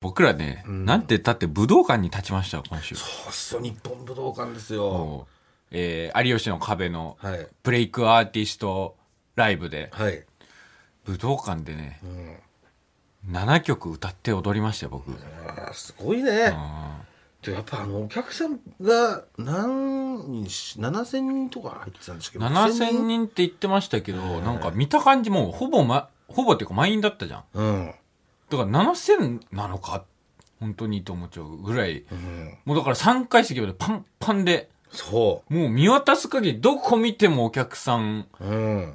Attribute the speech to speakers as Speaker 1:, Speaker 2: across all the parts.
Speaker 1: 僕らね、なんて言ったって武道館に立ちましたよ、今週。
Speaker 2: そうっすよ、日本武道館ですよ。
Speaker 1: えー有吉の壁の
Speaker 2: はい
Speaker 1: ブレイクアーティストライブで、
Speaker 2: はい。
Speaker 1: 武道館でね、7曲歌って踊りましたよ、僕。
Speaker 2: あーすごいね。でやっぱあの、お客さんが何人し、7000人とか入ってたんですけど。
Speaker 1: 7000人って言ってましたけど、なんか見た感じもうほぼ、ま、ほぼっていうか満員だったじゃん。
Speaker 2: うん。
Speaker 1: だから7000なのか本当にと思っちゃうぐらい、もうだから3階席までパンパンで、
Speaker 2: そ
Speaker 1: もう見渡す限りどこ見てもお客さん
Speaker 2: う。うん。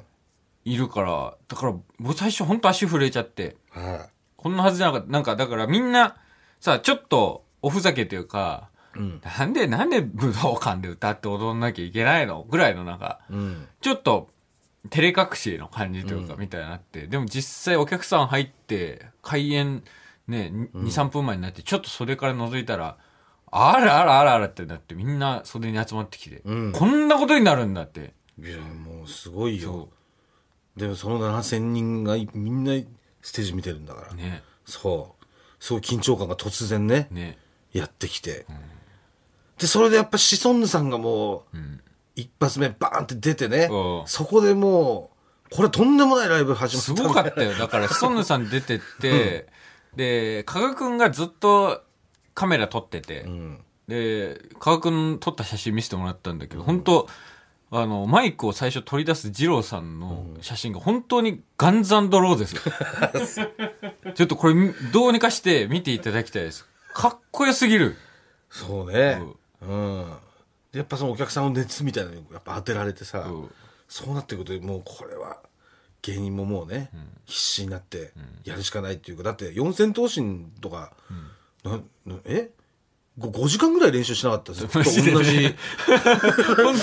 Speaker 1: いるから、だからもう最初本当足震えちゃって、
Speaker 2: は
Speaker 1: こんなはずじゃなかった。なんか、だからみんな、さ、ちょっと、おふざけというか、
Speaker 2: い。うん。
Speaker 1: なんで、なんで武道館で歌って踊んなきゃいけないのぐらいのなんか、
Speaker 2: うん。
Speaker 1: ちょっと、照れ隠しの感じというか、みたいになって、でも実際お客さん入って、開演、ね、2、3分前になって、ちょっと袖から覗いたら、あらあらあらあらってなって、みんな袖に集まってきて、
Speaker 2: うん
Speaker 1: こんなことになるんだって。
Speaker 2: いや、もうすごいよ
Speaker 1: そ。
Speaker 2: でもその7000人がいみんなステージ見てるんだから。
Speaker 1: う。ね、
Speaker 2: そう。すごい緊張感が突然ね、
Speaker 1: ね。
Speaker 2: やってきて。で、それでやっぱシソンヌさんがもう、一発目バーンって出てね
Speaker 1: う、ん
Speaker 2: そこでもう、これとんでもないライブ始まった
Speaker 1: す
Speaker 2: ね。
Speaker 1: ごかった よ。だから、シソンヌさん出てって、で、加賀くんがずっとカメラ撮ってて、で、加賀くん撮った写真見せてもらったんだけど、本当あの、マイクを最初取り出す二郎さんの写真が本当にガンザンドローですよ。 ちょっとこれ、どうにかして見ていただきたいです。かっこよすぎる。
Speaker 2: そうね。うん。やっぱそのお客さんの熱みたいなのにやっぱ当てられてさ
Speaker 1: うん、
Speaker 2: そうなってくると、もうこれは、芸人ももうね、必死になって、やるしかないっていうか、だって四千頭身とか、ななえご ?5 時間ぐらい練習しなかったずっと
Speaker 1: マ
Speaker 2: 同
Speaker 1: ジでね
Speaker 2: じ、
Speaker 1: 本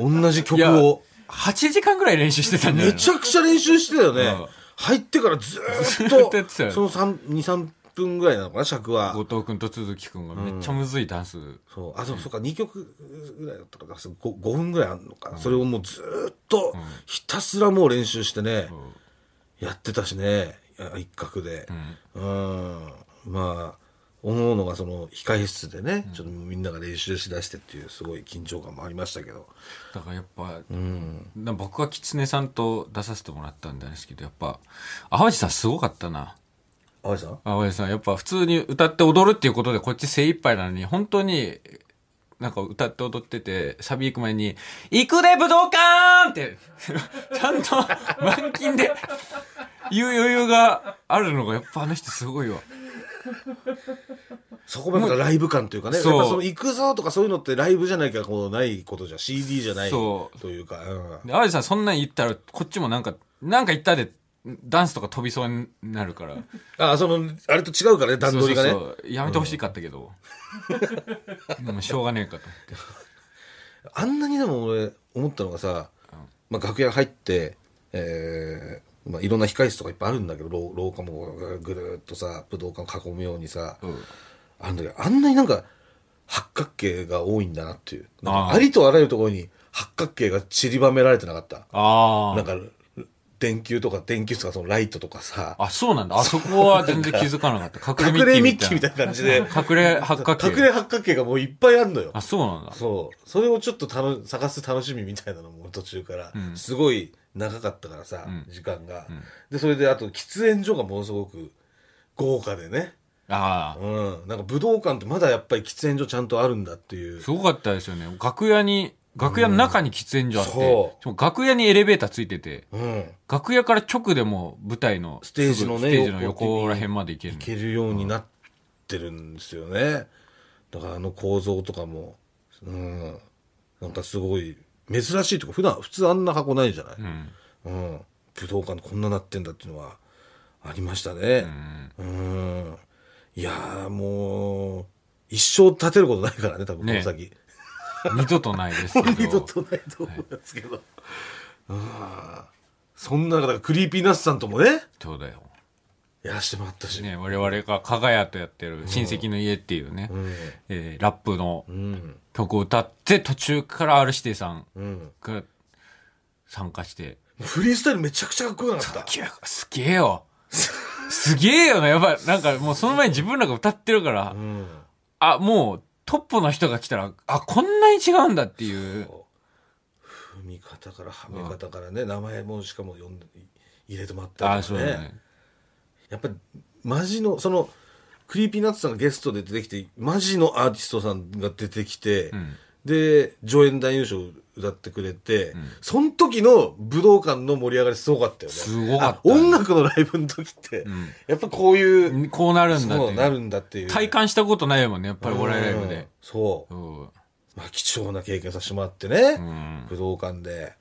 Speaker 1: 当に、
Speaker 2: 同じ
Speaker 1: い
Speaker 2: 曲
Speaker 1: や、
Speaker 2: を。
Speaker 1: 8時間ぐらい練習してたんじゃない
Speaker 2: め
Speaker 1: の
Speaker 2: ちゃくちゃ練習してたよね
Speaker 1: うん。
Speaker 2: 入ってからずーっ
Speaker 1: ずーっ
Speaker 2: と
Speaker 1: とやってたよ、ね
Speaker 2: その3、2、3分ぐらいなのかな、尺は。
Speaker 1: 後藤くんと鈴木くんがめっちゃむずいダンス。
Speaker 2: そう。あ、でもそうか、2曲ぐらいだったから、そう 5, 5分ぐらいあるのかな。それをもうずーっと、ひたすらもう練習してね、やってたしね、あ一角で。うん。まあ、おのおのがその、控え室でね、ちょっとみんなが練習しだしてっていう、すごい緊張感もありましたけど。
Speaker 1: だからやっぱ、な僕は狐さんと出させてもらったんですけどやっぱ淡路さんすごかったな
Speaker 2: 淡路さん
Speaker 1: 淡路さんやっぱ普通に歌って踊るっていうことでこっち精一杯なのに本当になんか歌って踊っててサビ行く前に「行くで武道館!」って ちゃんと満勤で言う余裕があるのがやっぱあの人すごいわ
Speaker 2: そこまでがライブ感というかね、やっ
Speaker 1: そう
Speaker 2: ぱその行くぞとかそういうのってライブじゃないか、こうないことじゃ、CD じゃない
Speaker 1: そ
Speaker 2: と
Speaker 1: う
Speaker 2: いうか、うん
Speaker 1: で淡路さんそんなん言ったらこっちもなんかなんか言ったでダンスとか飛びそうになるから。
Speaker 2: あ、その、あれと違うからね、段取りがね。
Speaker 1: そうそうそうやめてほしいかったけど、でもしょうがねえかと
Speaker 2: あんなにでも俺、思ったのがさ、まあ、楽屋入って、えーまあ、いろんな控室とかいっぱいあるんだけど、廊廊下もぐるーっとさ、武道館を囲むようにさ、
Speaker 1: 思って、
Speaker 2: あんだけどあんなになんか、八角形が多いんだなっていう。なんか
Speaker 1: あー
Speaker 2: ありとあらゆるところに八角形が散りばめられてなかった。
Speaker 1: あ
Speaker 2: な
Speaker 1: あ
Speaker 2: んか、電球とか電球とかそのライトとかさ、
Speaker 1: あそうなんだあそこは全然気づかなかった
Speaker 2: 隠
Speaker 1: 隠れ
Speaker 2: れ
Speaker 1: ミ
Speaker 2: ミ
Speaker 1: ッキ
Speaker 2: ッキ
Speaker 1: ー
Speaker 2: ー
Speaker 1: み
Speaker 2: み
Speaker 1: た
Speaker 2: た
Speaker 1: い
Speaker 2: いな感じで、
Speaker 1: な隠れ八角形
Speaker 2: 隠れ八角形がもういっぱいあんのよ。
Speaker 1: あそうなんだ
Speaker 2: そう。それをちょっとたの探す楽しみみたいなのも途中から、すごい長かったからさ、時間が、で、それであと喫煙所がものすごく豪華でね。
Speaker 1: ああ
Speaker 2: うん。なんか武道館ってまだやっぱり喫煙所ちゃんとあるんだっていう。
Speaker 1: すごかったですよね楽屋に楽屋の中に喫煙所あって、
Speaker 2: うん
Speaker 1: し
Speaker 2: そう
Speaker 1: かも楽屋にエレベーターついてて
Speaker 2: うん。
Speaker 1: 楽屋から直でもう舞台の
Speaker 2: ステージの
Speaker 1: すぐ
Speaker 2: ね、
Speaker 1: ステージの横ら辺まで行ける
Speaker 2: 行けるようになってるんですよね。だからあの構造とかも、うん。なんかすごい珍しいとか、普段、普通あんな箱ないじゃない。
Speaker 1: うん
Speaker 2: うん、武道館こんななってんだっていうのはありましたね。うん。いやーもう、一生立てることないからね、多分この先。
Speaker 1: 二度とないですけ
Speaker 2: も
Speaker 1: ど。
Speaker 2: う 二度とないと思いますけど。うんそんな中、だからクリーピーナッツさんともね、
Speaker 1: そうだよ。
Speaker 2: やらしてもらったし。
Speaker 1: ね、我々が加賀屋とやってる親戚の家っていうね、えーラップの
Speaker 2: うん。
Speaker 1: 曲を歌って、途中から R 指定さん
Speaker 2: うん。
Speaker 1: が参加して、
Speaker 2: フリースタイルめちゃくちゃかっこよかった。
Speaker 1: いやすげえよ。すげえよな、やばい。なんかもうその前に自分らが歌ってるから
Speaker 2: う、ん。
Speaker 1: あ、もうトップの人が来たら、あ、こんなに違うんだっていう。
Speaker 2: 踏み方からはめ方からね、名前もしかも呼んで入れてもらった
Speaker 1: あ、
Speaker 2: りと
Speaker 1: そう
Speaker 2: か
Speaker 1: だね。
Speaker 2: やっぱりマジのそのクリーピーナッツさんがゲストで出てきてマジのアーティストさんが出てきて、
Speaker 1: ん
Speaker 2: で上演男優賞歌ってくれて、その時の武道館の盛り上がりすごかったよね
Speaker 1: すごかった
Speaker 2: あ音楽のライブの時って、やっぱこういう、
Speaker 1: こうなるんだっ
Speaker 2: そ
Speaker 1: て
Speaker 2: う
Speaker 1: いう
Speaker 2: なるんだっていう
Speaker 1: 体感したことないもんね、やっぱりお笑いライブ
Speaker 2: うん
Speaker 1: で。
Speaker 2: そう
Speaker 1: うん
Speaker 2: まあ、貴重な経験させてもらってね、武道館で